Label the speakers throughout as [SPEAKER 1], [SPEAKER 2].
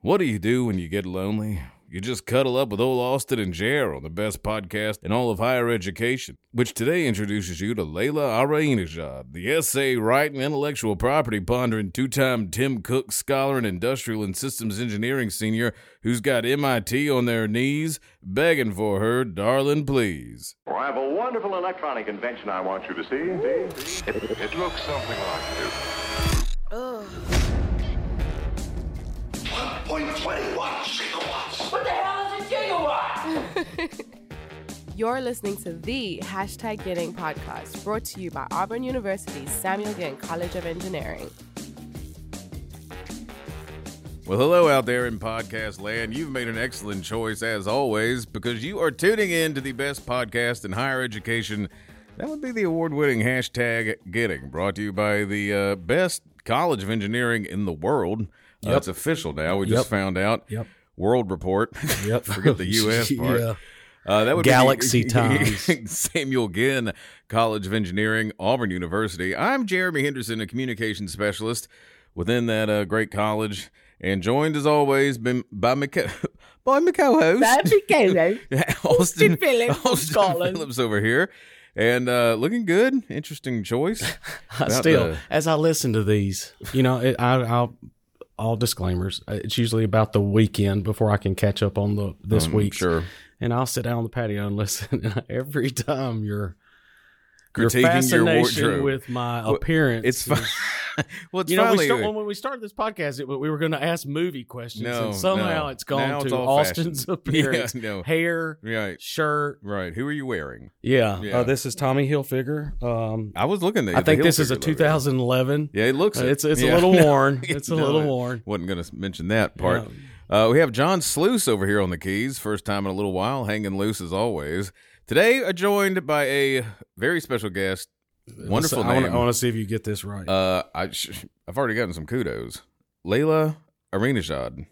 [SPEAKER 1] What do you do when you get lonely? You just cuddle up with old Austin and Jer on the best podcast in all of higher education, which today introduces you to Layla Arainajad, the essay writing, intellectual property pondering, two time Tim Cook scholar and industrial and systems engineering senior who's got MIT on their knees begging for her, darling, please.
[SPEAKER 2] Well, I have a wonderful electronic invention I want you to see. see, see. It, it looks something like this.
[SPEAKER 3] 1.21 gigawatts.
[SPEAKER 4] What the hell is a gigawatt?
[SPEAKER 5] You're listening to the hashtag Getting podcast, brought to you by Auburn University's Samuel Ginn College of Engineering.
[SPEAKER 1] Well, hello out there in podcast land. You've made an excellent choice, as always, because you are tuning in to the best podcast in higher education. That would be the award winning hashtag Getting, brought to you by the uh, best college of engineering in the world. Uh,
[SPEAKER 6] Yep.
[SPEAKER 1] it's official now. We
[SPEAKER 6] Yep.
[SPEAKER 1] just found out.
[SPEAKER 6] Yep.
[SPEAKER 1] World Report.
[SPEAKER 6] Yep.
[SPEAKER 1] Forget the U.S. part.
[SPEAKER 6] Yeah.
[SPEAKER 1] Uh, that would
[SPEAKER 6] Galaxy
[SPEAKER 1] be
[SPEAKER 6] times.
[SPEAKER 1] Samuel Ginn, College of Engineering, Auburn University. I'm Jeremy Henderson, a communications specialist within that uh, great college, and joined as always been by my co- by my co-host Austin
[SPEAKER 5] Phillips from
[SPEAKER 1] Austin
[SPEAKER 5] Scotland.
[SPEAKER 1] Phillips over here, and uh, looking good. Interesting choice.
[SPEAKER 6] I
[SPEAKER 1] About
[SPEAKER 6] still,
[SPEAKER 1] the-
[SPEAKER 6] as I listen to these, you know, it, I, I'll all disclaimers. uh, It's usually about the weekend before I can catch up on the this
[SPEAKER 1] Um,
[SPEAKER 6] week.
[SPEAKER 1] sure.
[SPEAKER 6] and I'll sit down on the patio and listen. And every time you're
[SPEAKER 1] Critiquing
[SPEAKER 6] your
[SPEAKER 1] your
[SPEAKER 6] fascination
[SPEAKER 1] wardrobe.
[SPEAKER 6] with my appearance,
[SPEAKER 1] It's fine.
[SPEAKER 6] is-
[SPEAKER 1] well, it's
[SPEAKER 6] You know, we
[SPEAKER 1] finally-
[SPEAKER 6] start, when we started this podcast, it, we were going to ask movie questions,
[SPEAKER 1] No,
[SPEAKER 6] and somehow
[SPEAKER 1] no.
[SPEAKER 6] it's gone
[SPEAKER 1] Now
[SPEAKER 6] to
[SPEAKER 1] it's all
[SPEAKER 6] Austin's
[SPEAKER 1] fashion.
[SPEAKER 6] appearance,
[SPEAKER 1] Yeah, no.
[SPEAKER 6] hair,
[SPEAKER 1] right,
[SPEAKER 6] shirt.
[SPEAKER 1] right. Who are you wearing?
[SPEAKER 6] Yeah,
[SPEAKER 1] Yeah.
[SPEAKER 6] Uh, this is Tommy Hilfiger. Um,
[SPEAKER 1] I was looking at.
[SPEAKER 6] I
[SPEAKER 1] the
[SPEAKER 6] think this
[SPEAKER 1] Hilfiger
[SPEAKER 6] is a
[SPEAKER 1] logo.
[SPEAKER 6] 2011.
[SPEAKER 1] Yeah, it looks.
[SPEAKER 6] Uh,
[SPEAKER 1] it.
[SPEAKER 6] it's it's
[SPEAKER 1] Yeah.
[SPEAKER 6] a little worn. It's a
[SPEAKER 1] No,
[SPEAKER 6] little
[SPEAKER 1] I
[SPEAKER 6] worn.
[SPEAKER 1] Wasn't going to mention that part. Uh, we have John Sluice over here on the keys. First time in a little while, hanging loose as always. Today, uh, joined by a very special guest. Wonderful
[SPEAKER 6] I wanna-
[SPEAKER 1] name.
[SPEAKER 6] I want to see if you get this right.
[SPEAKER 1] Uh, I sh- I've already gotten some kudos. Layla Arenajad.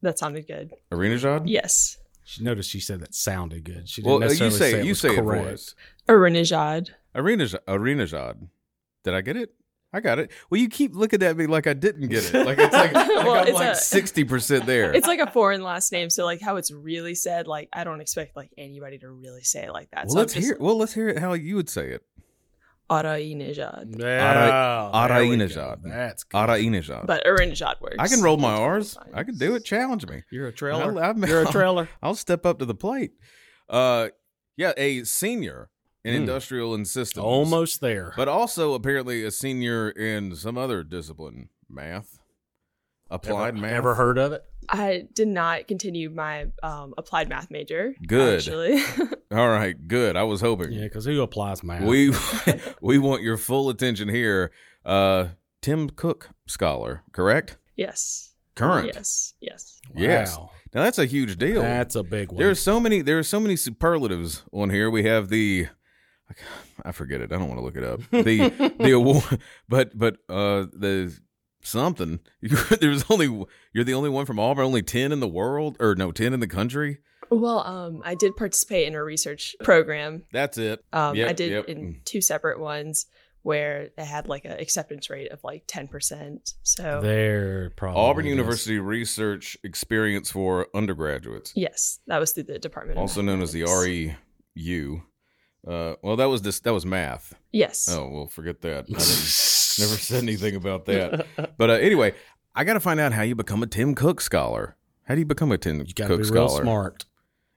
[SPEAKER 7] That sounded good.
[SPEAKER 1] Arenajad?
[SPEAKER 7] Yes.
[SPEAKER 6] she noticed she said that sounded good. She
[SPEAKER 1] Well,
[SPEAKER 6] didn't
[SPEAKER 1] uh, you
[SPEAKER 6] necessarily
[SPEAKER 1] say,
[SPEAKER 6] say
[SPEAKER 1] it.
[SPEAKER 6] it
[SPEAKER 1] You
[SPEAKER 6] was
[SPEAKER 1] say it for
[SPEAKER 6] correct.
[SPEAKER 1] us.
[SPEAKER 7] Arinajad.
[SPEAKER 1] Arenaj- Arenajad. Did I get it? I got it. Well, you keep looking at me like I didn't get it. Like it's like, like
[SPEAKER 7] Well,
[SPEAKER 1] I'm
[SPEAKER 7] it's
[SPEAKER 1] like
[SPEAKER 7] a-
[SPEAKER 1] sixty percent there.
[SPEAKER 7] It's like a foreign last name, so like how it's really said, like I don't expect like anybody to really say it like that.
[SPEAKER 1] well,
[SPEAKER 7] so
[SPEAKER 1] let's
[SPEAKER 7] I'm just
[SPEAKER 1] hear. Well, let's hear it how you would say it.
[SPEAKER 7] Arinajad.
[SPEAKER 6] Yeah,
[SPEAKER 1] Ara-
[SPEAKER 6] there we go.
[SPEAKER 1] Arainajad.
[SPEAKER 6] That's good.
[SPEAKER 1] Arenajad.
[SPEAKER 7] But Arinajad works.
[SPEAKER 1] I can roll my
[SPEAKER 7] multiple
[SPEAKER 1] R's.
[SPEAKER 7] times.
[SPEAKER 1] I can do it. Challenge me.
[SPEAKER 6] You're a
[SPEAKER 1] I'll-
[SPEAKER 6] trailer.
[SPEAKER 1] I'm-
[SPEAKER 6] You're a
[SPEAKER 1] I'll-
[SPEAKER 6] trailer.
[SPEAKER 1] I'll step up to the plate. Uh, yeah, a senior in
[SPEAKER 6] Hmm.
[SPEAKER 1] industrial and systems,
[SPEAKER 6] Almost there.
[SPEAKER 1] but also apparently a senior in some other discipline, math, applied
[SPEAKER 6] ever,
[SPEAKER 1] math.
[SPEAKER 6] ever heard of it?
[SPEAKER 7] I did not continue my um, applied math major.
[SPEAKER 1] Good.
[SPEAKER 7] Actually.
[SPEAKER 1] All right, good. I was hoping
[SPEAKER 6] Yeah, because who applies math?
[SPEAKER 1] we we want your full attention here. Uh, Tim Cook scholar, correct?
[SPEAKER 7] yes.
[SPEAKER 1] Current.
[SPEAKER 7] Yes. Yes.
[SPEAKER 1] Yes.
[SPEAKER 6] Wow.
[SPEAKER 1] Now that's a huge deal.
[SPEAKER 6] That's a big one.
[SPEAKER 1] There are so many. There are so many superlatives on here. We have the, I forget it. I don't want to look it up. The the award, but but uh the something. There's only you're the only one from Auburn. Only ten in the world, or no, ten in the country.
[SPEAKER 7] Well, um, I did participate in a research program
[SPEAKER 1] That's it.
[SPEAKER 7] Um,
[SPEAKER 1] Yep,
[SPEAKER 7] I did
[SPEAKER 1] yep.
[SPEAKER 7] in two separate ones where it had like an acceptance rate of like 10%. So,
[SPEAKER 6] There probably
[SPEAKER 1] Mm. Auburn
[SPEAKER 7] Oh,
[SPEAKER 6] is.
[SPEAKER 1] University research experience for undergraduates,
[SPEAKER 7] yes, that was through the Department of
[SPEAKER 1] also known as the E?
[SPEAKER 7] Mathematics.
[SPEAKER 1] REU. Uh, well, that was this. That was math.
[SPEAKER 7] Yes.
[SPEAKER 1] Oh well, forget that. I didn't- Never said anything about that. But uh, anyway, I got to find out how you become a Tim Cook scholar. How do you become a Tim
[SPEAKER 6] You got to
[SPEAKER 1] Cook
[SPEAKER 6] be real
[SPEAKER 1] scholar?
[SPEAKER 6] smart.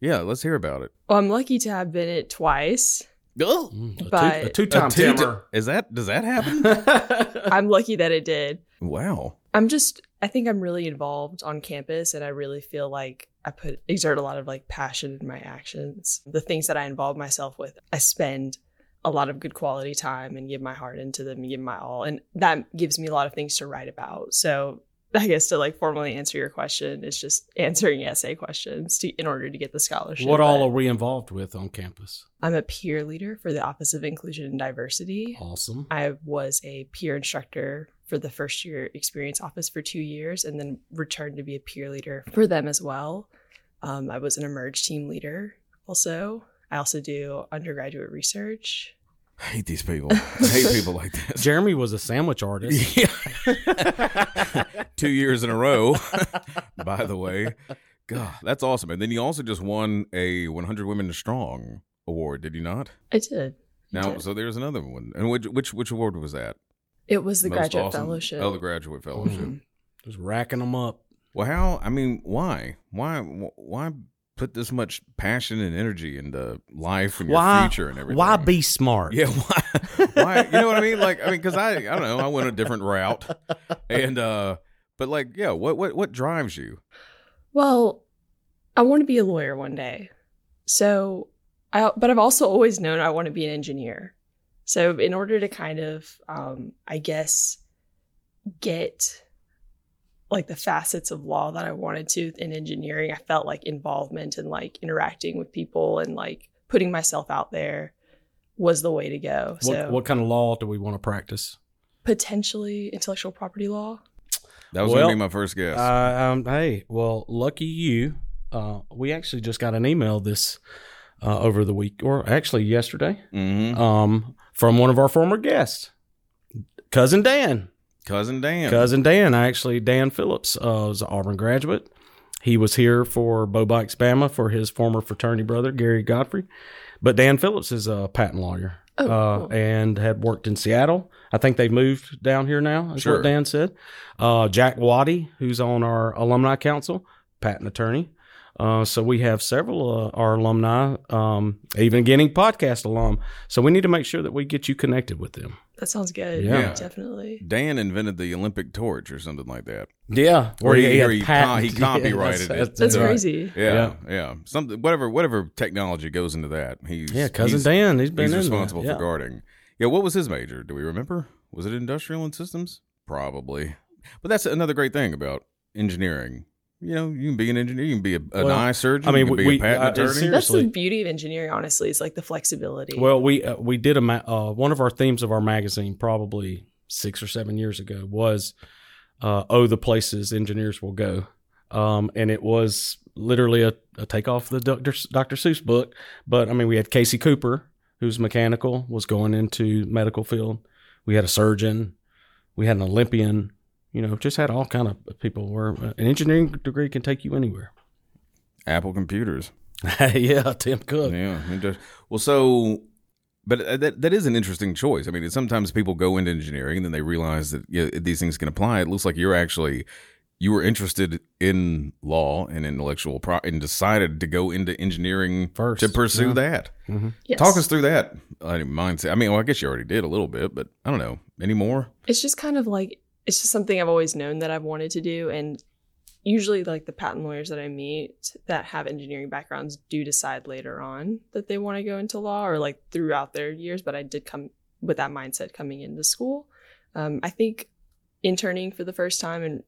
[SPEAKER 1] Yeah, let's hear about it.
[SPEAKER 7] Well, Oh, I'm lucky to have been it twice.
[SPEAKER 1] Oh,
[SPEAKER 6] Mm, a two-
[SPEAKER 7] But-
[SPEAKER 6] a two-time
[SPEAKER 1] two-
[SPEAKER 6] Timmer.
[SPEAKER 1] is that does that happen?
[SPEAKER 7] I'm lucky that it did.
[SPEAKER 1] wow.
[SPEAKER 7] I'm just, I think I'm really involved on campus and I really feel like I put, exert a lot of like passion in my actions. The things that I involve myself with, I spend a lot of good quality time and give my heart into them and give my all. And that gives me a lot of things to write about. So I guess to like formally answer your question is just answering essay questions to, in order to get the scholarship.
[SPEAKER 6] What all are
[SPEAKER 7] But
[SPEAKER 6] we involved with on campus?
[SPEAKER 7] I'm a peer leader for the Office of Inclusion and Diversity.
[SPEAKER 1] Oh.
[SPEAKER 6] Awesome.
[SPEAKER 7] I was a peer instructor for the first year experience office for two years and then returned to be a peer leader for them as well. Um, I was an emerge team leader also. I also do undergraduate research.
[SPEAKER 1] I hate these people. I hate people like this.
[SPEAKER 6] Jeremy was a sandwich artist.
[SPEAKER 1] Yeah. two years in a row, by the way. God, that's awesome. And then you also just won a 100 Women Strong award, did you not?
[SPEAKER 7] I did. I
[SPEAKER 1] Now,
[SPEAKER 7] did.
[SPEAKER 1] so there's another one. And which which, which award was that?
[SPEAKER 7] it was the
[SPEAKER 1] Most
[SPEAKER 7] graduate
[SPEAKER 1] awesome-
[SPEAKER 7] fellowship.
[SPEAKER 1] Oh, the graduate fellowship.
[SPEAKER 7] Mhm.
[SPEAKER 6] Just racking them up.
[SPEAKER 1] Well, how? I mean, why? Why? Why put this much passion and energy into life and your future and everything?
[SPEAKER 6] Why be smart?
[SPEAKER 1] Yeah, why? Why? You know what I mean? Like, I mean, because I, I don't know, I went a different route, and uh, but like, yeah, what, what, what drives you?
[SPEAKER 7] Well, I want to be a lawyer one day. So, I but I've also always known I want to be an engineer. So, in order to kind of, um, I guess, get like the facets of law that I wanted to in engineering, I felt like involvement and like interacting with people and like putting myself out there was the way to go.
[SPEAKER 6] What,
[SPEAKER 7] so,
[SPEAKER 6] what kind of law do we want to practice?
[SPEAKER 7] potentially intellectual property law.
[SPEAKER 1] That was
[SPEAKER 6] Well,
[SPEAKER 1] gonna be my first guess.
[SPEAKER 6] Uh, um, hey, well, lucky you. Uh, we actually just got an email this uh, over the week, or actually yesterday,
[SPEAKER 1] hmm
[SPEAKER 6] um, from one of our former guests, cousin Dan.
[SPEAKER 1] Cousin Dan.
[SPEAKER 6] Cousin Dan, actually, Dan Phillips uh, was an Auburn graduate. He was here for Bo Bikes Bama for his former fraternity brother, Gary Godfrey. But Dan Phillips is a patent lawyer
[SPEAKER 7] Oh,
[SPEAKER 6] uh,
[SPEAKER 7] cool.
[SPEAKER 6] and had worked in Seattle. I think they've moved down here now, is
[SPEAKER 1] Sure.
[SPEAKER 6] what Dan said. Uh, Jack Waddy, who's on our alumni council, patent attorney. Uh, so we have several uh, our alumni, um, even getting podcast alum. So we need to make sure that we get you connected with them.
[SPEAKER 7] That sounds good.
[SPEAKER 6] Yeah.
[SPEAKER 7] Definitely.
[SPEAKER 1] Dan invented the Olympic torch or something like that.
[SPEAKER 6] Yeah,
[SPEAKER 1] Or he-
[SPEAKER 6] had
[SPEAKER 1] or he co-
[SPEAKER 6] patent-
[SPEAKER 1] he
[SPEAKER 6] yeah,
[SPEAKER 1] copyrighted it.
[SPEAKER 7] That's
[SPEAKER 6] right.
[SPEAKER 7] crazy.
[SPEAKER 1] Yeah, yeah, Something, whatever, whatever technology goes into that. He's
[SPEAKER 6] Yeah, cousin
[SPEAKER 1] he's,
[SPEAKER 6] Dan, he's
[SPEAKER 1] He's
[SPEAKER 6] been in there.
[SPEAKER 1] responsible
[SPEAKER 6] Yeah.
[SPEAKER 1] for guarding. Yeah, what was his major? Do we remember? Was it industrial and systems? Probably. But that's another great thing about engineering. You know, you can be an engineer, you can be a, an
[SPEAKER 6] Well,
[SPEAKER 1] eye surgeon,
[SPEAKER 6] I
[SPEAKER 1] you
[SPEAKER 6] mean,
[SPEAKER 1] can
[SPEAKER 6] we-
[SPEAKER 1] be
[SPEAKER 6] we-
[SPEAKER 1] a patent
[SPEAKER 6] uh, it's
[SPEAKER 1] attorney.
[SPEAKER 6] serious.
[SPEAKER 7] That's the
[SPEAKER 6] Seriously.
[SPEAKER 7] beauty of engineering, honestly, is like the flexibility.
[SPEAKER 6] Well, we uh, we did a ma- uh, one of our themes of our magazine probably six or seven years ago was uh, "Oh, the places engineers will go," um, and it was literally a, a takeoff of the Dr. S- Dr. Seuss book. But I mean, we had Casey Cooper, who's mechanical, was going into medical field. We had a surgeon, we had an Olympian. You know, just had all kind of people. Where an engineering degree can take you anywhere.
[SPEAKER 1] Apple computers.
[SPEAKER 6] yeah, Tim Cook.
[SPEAKER 1] Yeah. it does. Well, so, but uh, that that is an interesting choice. I mean, sometimes people go into engineering and then they realize that yeah, these things can apply. It looks like you're actually you were interested in law and intellectual pro- and decided to go into engineering
[SPEAKER 6] First,
[SPEAKER 1] to pursue
[SPEAKER 6] yeah.
[SPEAKER 1] that.
[SPEAKER 7] Yes.
[SPEAKER 1] Talk us through that. I didn't mind. say- I mean, well, I guess you already did a little bit, but I don't know any more.
[SPEAKER 7] it's just kind of like it's just something I've always known that I've wanted to do, and usually, like the patent lawyers that I meet that have engineering backgrounds do decide later on that they want to go into law or like throughout their years. But I did come with that mindset coming into school. Um, I think interning for the first time and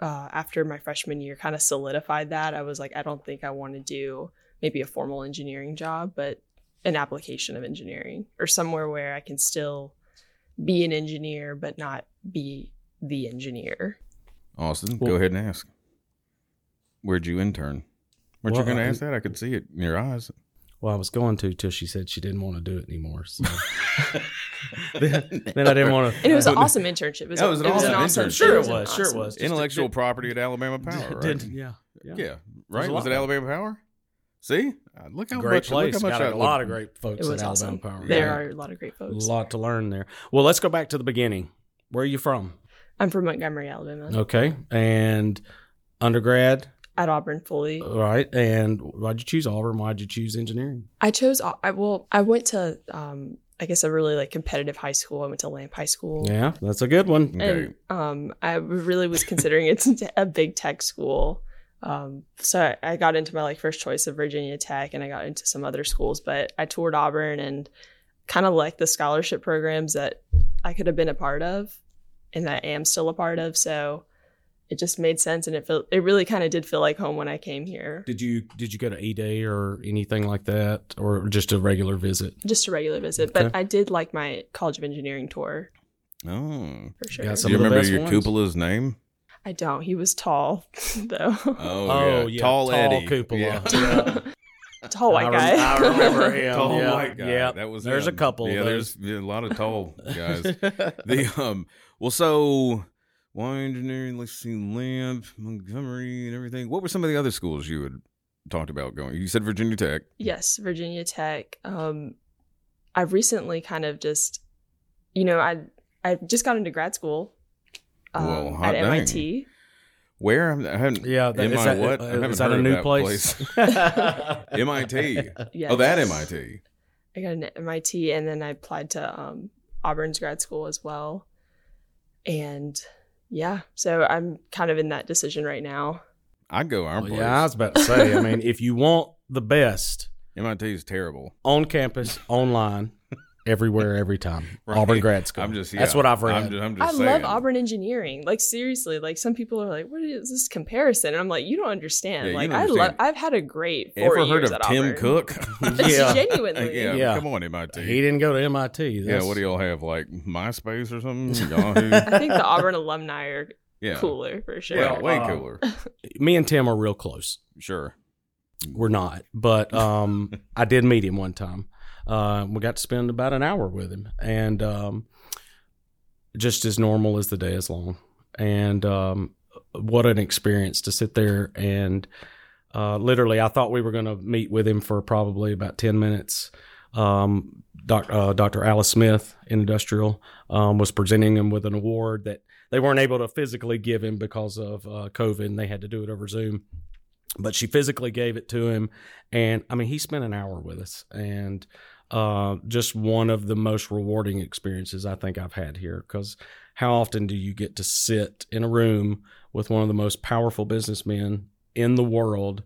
[SPEAKER 7] uh, after my freshman year kind of solidified that. I was like, I don't think I want to do maybe a formal engineering job, but an application of engineering or somewhere where I can still be an engineer but not be the engineer.
[SPEAKER 1] Austin, go
[SPEAKER 6] Well-
[SPEAKER 1] ahead and ask. Where'd you intern? Weren't you
[SPEAKER 6] Well,
[SPEAKER 1] going to
[SPEAKER 6] I-
[SPEAKER 1] ask that? I could see it in your eyes.
[SPEAKER 6] Well, I was going to till she said she didn't want to do it anymore. So. then, then I didn't want to.
[SPEAKER 7] And it was an awesome internship. It was,
[SPEAKER 1] That was an awesome internship.
[SPEAKER 6] Sure, it
[SPEAKER 7] an
[SPEAKER 6] was. Sure, it
[SPEAKER 7] awesome-
[SPEAKER 6] was. Just
[SPEAKER 1] Intellectual property at Alabama Power.
[SPEAKER 6] did-
[SPEAKER 1] right?
[SPEAKER 6] did- yeah, yeah.
[SPEAKER 1] Yeah, right.
[SPEAKER 6] a
[SPEAKER 1] Was,
[SPEAKER 6] lot
[SPEAKER 1] it
[SPEAKER 6] of-
[SPEAKER 1] Alabama Power? See, Uh, look how
[SPEAKER 6] Great
[SPEAKER 1] much,
[SPEAKER 6] place.
[SPEAKER 1] Look how much
[SPEAKER 6] Got a
[SPEAKER 1] I-
[SPEAKER 6] lot of great folks
[SPEAKER 7] It
[SPEAKER 6] at
[SPEAKER 7] was
[SPEAKER 6] Alabama
[SPEAKER 7] awesome.
[SPEAKER 6] Power.
[SPEAKER 7] There
[SPEAKER 1] Yeah.
[SPEAKER 7] are a lot of great
[SPEAKER 6] a
[SPEAKER 7] folks.
[SPEAKER 6] lot to learn there. Well, let's go back to the beginning. Where are you from?
[SPEAKER 7] I'm from Montgomery, Alabama,
[SPEAKER 6] Okay, and undergrad,
[SPEAKER 7] at Auburn Fully.
[SPEAKER 6] all right? And why'd you choose Auburn? Why'd you choose engineering?
[SPEAKER 7] I chose. Au- I well, I went to um, I guess a really like competitive high school. I went to Lamp High School.
[SPEAKER 6] Yeah, that's a good one.
[SPEAKER 1] Okay.
[SPEAKER 7] And um, I really was considering it's a big tech school. Um, so I, I got into my like first choice of Virginia Tech, and I got into some other schools. But I toured Auburn and kind of liked the scholarship programs that I could have been a part of, and that I am still a part of. So it just made sense, and it felt it really kind of did feel like home when I came here.
[SPEAKER 6] Did you did you go to E Day or anything like that, or just a regular visit?
[SPEAKER 7] Just a regular visit, but
[SPEAKER 6] Okay.
[SPEAKER 7] I did like my College of Engineering tour
[SPEAKER 1] Oh,
[SPEAKER 7] for sure.
[SPEAKER 6] Got
[SPEAKER 1] do
[SPEAKER 6] some
[SPEAKER 1] you
[SPEAKER 6] of the
[SPEAKER 1] remember
[SPEAKER 6] best
[SPEAKER 1] your
[SPEAKER 6] ones.
[SPEAKER 1] cupola's name?
[SPEAKER 7] I don't. He was tall though.
[SPEAKER 1] Oh,
[SPEAKER 6] Oh, yeah,
[SPEAKER 1] tall,
[SPEAKER 6] tall
[SPEAKER 1] Eddie
[SPEAKER 6] cupola.
[SPEAKER 1] Yeah.
[SPEAKER 6] Yeah.
[SPEAKER 7] tall white
[SPEAKER 6] I rem-
[SPEAKER 7] guy.
[SPEAKER 6] I remember him.
[SPEAKER 1] Tall
[SPEAKER 6] Yeah.
[SPEAKER 1] white guy.
[SPEAKER 6] Yeah.
[SPEAKER 1] That was
[SPEAKER 6] There's a
[SPEAKER 1] him.
[SPEAKER 6] couple of
[SPEAKER 1] Yeah,
[SPEAKER 6] those.
[SPEAKER 1] there's yeah, a lot of tall guys. the um, well, so Wine engineering, Lexington Lamp, Montgomery, and everything. What were some of the other schools you had talked about going? You said Virginia Tech.
[SPEAKER 7] Yes, Virginia Tech. Um, I've recently kind of just, you know, I I just got into grad school um,
[SPEAKER 1] Well, hot
[SPEAKER 7] at
[SPEAKER 1] dang.
[SPEAKER 7] MIT.
[SPEAKER 1] Where? I'm- I haven't,
[SPEAKER 6] Yeah,
[SPEAKER 1] that- Am is I that- what? I haven't
[SPEAKER 6] is that
[SPEAKER 1] heard
[SPEAKER 6] a
[SPEAKER 1] of
[SPEAKER 6] new
[SPEAKER 1] that
[SPEAKER 6] place?
[SPEAKER 1] MIT.
[SPEAKER 7] Yes.
[SPEAKER 1] Oh, that MIT.
[SPEAKER 7] I got into MIT, and then I applied to um, Auburn's grad school as well. And yeah, so I'm kind of in that decision right now.
[SPEAKER 1] I'd go our place.
[SPEAKER 6] yeah, I was about to say. I mean, if you want the best
[SPEAKER 1] MIT is terrible.
[SPEAKER 6] on campus, online, everywhere, every time,
[SPEAKER 1] Right.
[SPEAKER 6] Auburn grad school.
[SPEAKER 1] I'm just.
[SPEAKER 6] That's
[SPEAKER 1] yeah,
[SPEAKER 6] what I've read.
[SPEAKER 1] I'm just, I'm
[SPEAKER 7] I
[SPEAKER 1] just saying.
[SPEAKER 7] love Auburn engineering. Like seriously, like some people are like, "What is this comparison?" And I'm like, "You don't understand."
[SPEAKER 1] Yeah, you
[SPEAKER 7] like
[SPEAKER 1] don't
[SPEAKER 7] I love.
[SPEAKER 1] understand.
[SPEAKER 7] I've had a great four
[SPEAKER 1] Ever heard
[SPEAKER 7] years
[SPEAKER 1] of
[SPEAKER 7] at
[SPEAKER 1] Tim
[SPEAKER 7] Auburn.
[SPEAKER 1] Cook?
[SPEAKER 6] Yeah.
[SPEAKER 7] Genuinely.
[SPEAKER 1] yeah,
[SPEAKER 6] Yeah.
[SPEAKER 1] Come on, MIT.
[SPEAKER 6] he didn't go to MIT.
[SPEAKER 1] yeah. What do
[SPEAKER 6] you?
[SPEAKER 1] y'all have? Like MySpace or something? Yahoo.
[SPEAKER 7] I think the Auburn alumni are
[SPEAKER 1] Yeah.
[SPEAKER 7] cooler for sure.
[SPEAKER 1] Yeah, um,
[SPEAKER 6] Well,
[SPEAKER 1] way
[SPEAKER 6] uh,
[SPEAKER 1] cooler.
[SPEAKER 6] Me and Tim are real close.
[SPEAKER 1] Sure.
[SPEAKER 6] We're not, but um, I did meet him one time. Uh, we got to spend about an hour with him, and um, just as normal as the day is long. And um, what an experience to sit there and uh, literally, I thought we were going to meet with him for probably about ten minutes. Um, doc, uh, Dr. Alice Smith, in industrial, um, was presenting him with an award that they weren't able to physically give him because of uh, COVID, and they had to do it over Zoom but she physically gave it to him and i mean he spent an hour with us and uh, just one of the most rewarding experiences i think i've had here because how often do you get to sit in a room with one of the most powerful businessmen in the world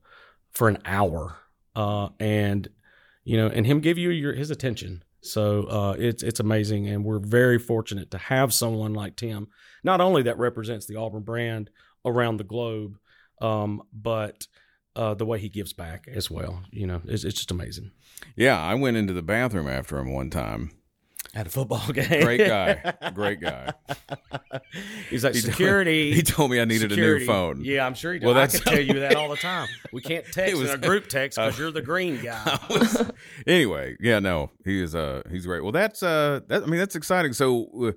[SPEAKER 6] for an hour uh, and you know and him give you your his attention so uh, it's it's amazing and we're very fortunate to have someone like tim not only that represents the auburn brand around the globe um, but uh, the way he gives back as well, you know, it's, it's just amazing.
[SPEAKER 1] Yeah, I went into the bathroom after him one time.
[SPEAKER 6] At a football game,
[SPEAKER 1] Great guy. Great guy.
[SPEAKER 6] He's like
[SPEAKER 1] He told-
[SPEAKER 6] security.
[SPEAKER 1] He told me I needed a
[SPEAKER 6] security."
[SPEAKER 1] new phone.
[SPEAKER 6] Yeah, I'm sure he did.
[SPEAKER 1] Well,
[SPEAKER 6] Well,
[SPEAKER 1] that's-
[SPEAKER 6] I can tell you that all the time. We can't text
[SPEAKER 1] was-
[SPEAKER 6] in a group text because you're the green guy.
[SPEAKER 1] Oh. anyway, yeah, no, he is uh he's great. Well, that's uh that I mean that's exciting. So uh,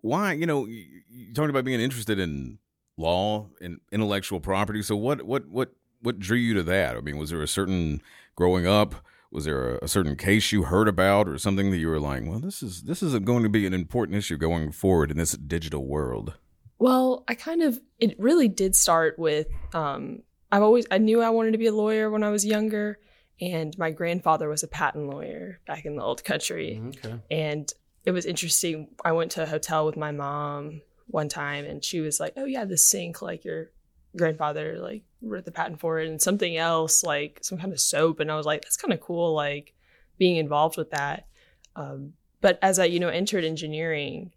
[SPEAKER 1] why, you know, you, you talking about being interested in law and intellectual property. So what what what what drew you to that? I mean, was there a certain growing up was there a, a certain case you heard about or something that you were like, well, this is this is going to be an important issue going forward in this digital world?
[SPEAKER 7] Well, I kind of it really did start with um I've always I knew I wanted to be a lawyer when I was younger and my grandfather was a patent lawyer back in the old country
[SPEAKER 6] Okay.
[SPEAKER 7] and it was interesting. I went to a hotel with my mom one time and she was like, "Oh yeah, the sink like your grandfather like wrote the patent for it and something else like some kind of soap." And I was like, "That's kind of cool like being involved with that." Um, but as I, you know, entered engineering,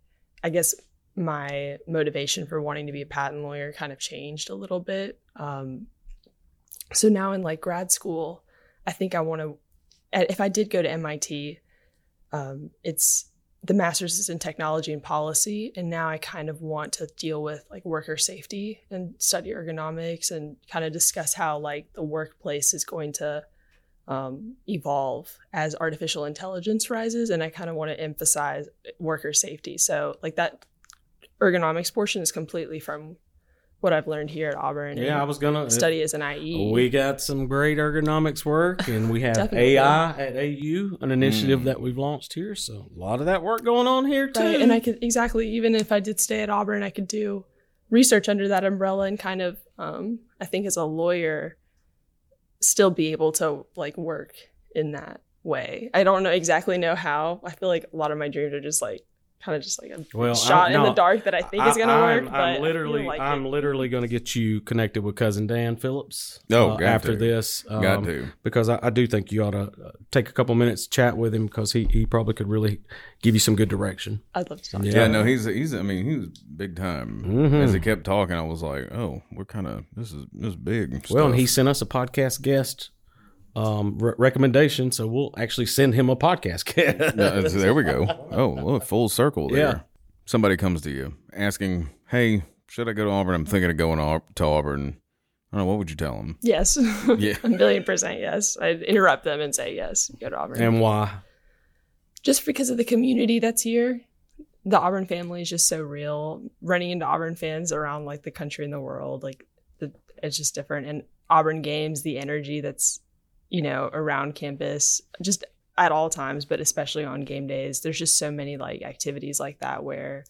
[SPEAKER 7] I guess my motivation for wanting to be a patent lawyer kind of changed a little bit. Um, so now in like grad school, I think I want to. If I did go to MIT, um, it's the master's is in technology and policy, and now I kind of want to deal with like worker safety and study ergonomics and kind of discuss how like the workplace is going to um, evolve as artificial intelligence rises, and I kind of want to emphasize worker safety. So like that ergonomics portion is completely from what I've learned here at Auburn. and
[SPEAKER 6] Yeah, I was gonna uh,
[SPEAKER 7] study as an E. IE.
[SPEAKER 6] We got some great ergonomics work, and we have
[SPEAKER 7] Definitely.
[SPEAKER 6] AI at AU, an initiative
[SPEAKER 1] Mm.
[SPEAKER 6] that we've launched here. So a lot of that work going on here too.
[SPEAKER 7] Right, and I could exactly even if I did stay at Auburn, I could do research under that umbrella and kind of um, I think as a lawyer, still be able to like work in that way. I don't know exactly know how. I feel like a lot of my dreams are just like kind of just like a
[SPEAKER 6] well,
[SPEAKER 7] shot
[SPEAKER 6] I-
[SPEAKER 7] in the
[SPEAKER 6] no,
[SPEAKER 7] dark that I think is gonna
[SPEAKER 6] I'm-
[SPEAKER 7] work.
[SPEAKER 6] I'm,
[SPEAKER 7] but I feel
[SPEAKER 6] literally,
[SPEAKER 7] like
[SPEAKER 6] I'm
[SPEAKER 7] it.
[SPEAKER 6] literally going to get you connected with cousin Dan Phillips.
[SPEAKER 1] Oh,
[SPEAKER 6] uh,
[SPEAKER 1] got
[SPEAKER 6] after
[SPEAKER 1] to.
[SPEAKER 6] this, um,
[SPEAKER 1] Got to.
[SPEAKER 6] because I, I do think you ought to uh, take a couple minutes chat with him because he he probably could really give you some good direction.
[SPEAKER 7] I'd love to talk.
[SPEAKER 1] Yeah, no, he's he's. I mean, he was big time.
[SPEAKER 6] Mhm.
[SPEAKER 1] As he kept talking, I was like, "Oh, we're kind of this is this is big."
[SPEAKER 6] Well, and
[SPEAKER 1] stuff.
[SPEAKER 6] he sent us a podcast guest um re- recommendation, so we'll actually send him a podcast guest.
[SPEAKER 1] Uh, so there we go. Oh, look, full circle there.
[SPEAKER 6] Yeah.
[SPEAKER 1] Somebody comes to you asking, "Hey, should I go to Auburn? I'm thinking of going to Au- to Auburn." I don't know. What would you tell him?
[SPEAKER 7] Yes.
[SPEAKER 1] Yeah.
[SPEAKER 7] a million percent yes. I'd interrupt them and say yes, go to Auburn.
[SPEAKER 6] and why?
[SPEAKER 7] just because of the community that's here. the Auburn family is just so real. Running into Auburn fans around like the country and the world, like the, it's just different. And Auburn games, the energy that's you know around campus, just at all times, but especially on game days, there's just so many like activities like that where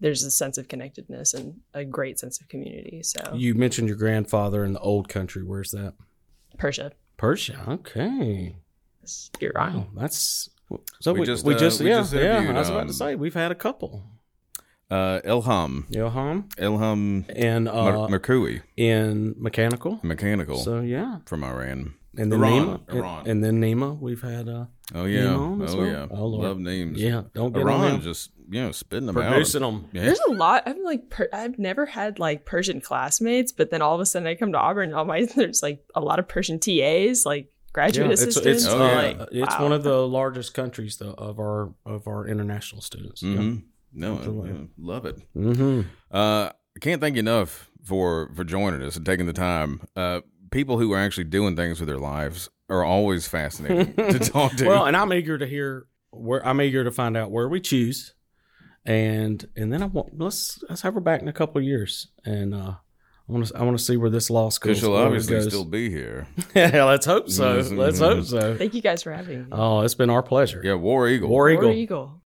[SPEAKER 7] there's a sense of connectedness and a great sense of community. So
[SPEAKER 6] You mentioned your grandfather in the old country. Where's that?
[SPEAKER 7] Persia,
[SPEAKER 6] Persia. Okay.
[SPEAKER 7] you're right.
[SPEAKER 6] Wow, that's Mm. so.
[SPEAKER 1] We
[SPEAKER 6] We,
[SPEAKER 1] just,
[SPEAKER 6] we
[SPEAKER 1] uh,
[SPEAKER 6] just
[SPEAKER 1] we
[SPEAKER 6] yeah
[SPEAKER 1] just
[SPEAKER 6] yeah.
[SPEAKER 1] interviewed,
[SPEAKER 6] I was about
[SPEAKER 1] um,
[SPEAKER 6] to say we've had a couple.
[SPEAKER 1] Uh, Ilham,
[SPEAKER 6] Ilham
[SPEAKER 1] Ilham
[SPEAKER 6] and uh,
[SPEAKER 1] Mer- Mercoui,
[SPEAKER 6] in mechanical.
[SPEAKER 1] mechanical
[SPEAKER 6] So yeah,
[SPEAKER 1] from Iran.
[SPEAKER 6] and then
[SPEAKER 1] Iran,
[SPEAKER 6] Nema,
[SPEAKER 1] Iran.
[SPEAKER 6] And, and then Nema. We've had uh,
[SPEAKER 1] Oh yeah,
[SPEAKER 6] Iran as
[SPEAKER 1] oh
[SPEAKER 6] well?
[SPEAKER 1] yeah,
[SPEAKER 6] Oh, Lord.
[SPEAKER 1] love names.
[SPEAKER 6] yeah. Don't get on
[SPEAKER 1] Iran
[SPEAKER 6] them.
[SPEAKER 1] just you know spitting them
[SPEAKER 6] producing
[SPEAKER 1] out.
[SPEAKER 6] them.
[SPEAKER 1] Yeah.
[SPEAKER 7] There's a lot. I'm like, per- I've never had like Persian classmates, but then all of a sudden I come to Auburn and all my there's like a lot of Persian TAs, like graduate
[SPEAKER 6] Yeah, it's
[SPEAKER 7] assistants.
[SPEAKER 6] it's,
[SPEAKER 1] Oh,
[SPEAKER 6] uh,
[SPEAKER 1] yeah.
[SPEAKER 7] like,
[SPEAKER 6] it's
[SPEAKER 7] wow.
[SPEAKER 6] one of the largest countries though, of our of our international students.
[SPEAKER 1] hmm No, I,
[SPEAKER 6] Absolutely.
[SPEAKER 1] I love it.
[SPEAKER 6] Yeah. Mm-hmm.
[SPEAKER 1] Uh, I can't thank you enough for for joining us and taking the time. Uh, people who are actually doing things with their lives are always fascinating to talk to.
[SPEAKER 6] Well, and I'm eager to hear where I'm eager to find out where we choose, and and then I want let's let's have her back in a couple of years, and uh, I want to I want to see where this law school
[SPEAKER 1] because she'll
[SPEAKER 6] where it
[SPEAKER 1] obviously
[SPEAKER 6] goes.
[SPEAKER 1] still be here.
[SPEAKER 6] yeah, let's hope so.
[SPEAKER 1] Mhm.
[SPEAKER 6] Let's hope so.
[SPEAKER 7] Thank you guys for having me.
[SPEAKER 6] Uh, Oh, it's been our pleasure.
[SPEAKER 1] Yeah, War Eagle.
[SPEAKER 6] War
[SPEAKER 7] War
[SPEAKER 6] Eagle.
[SPEAKER 7] Eagle.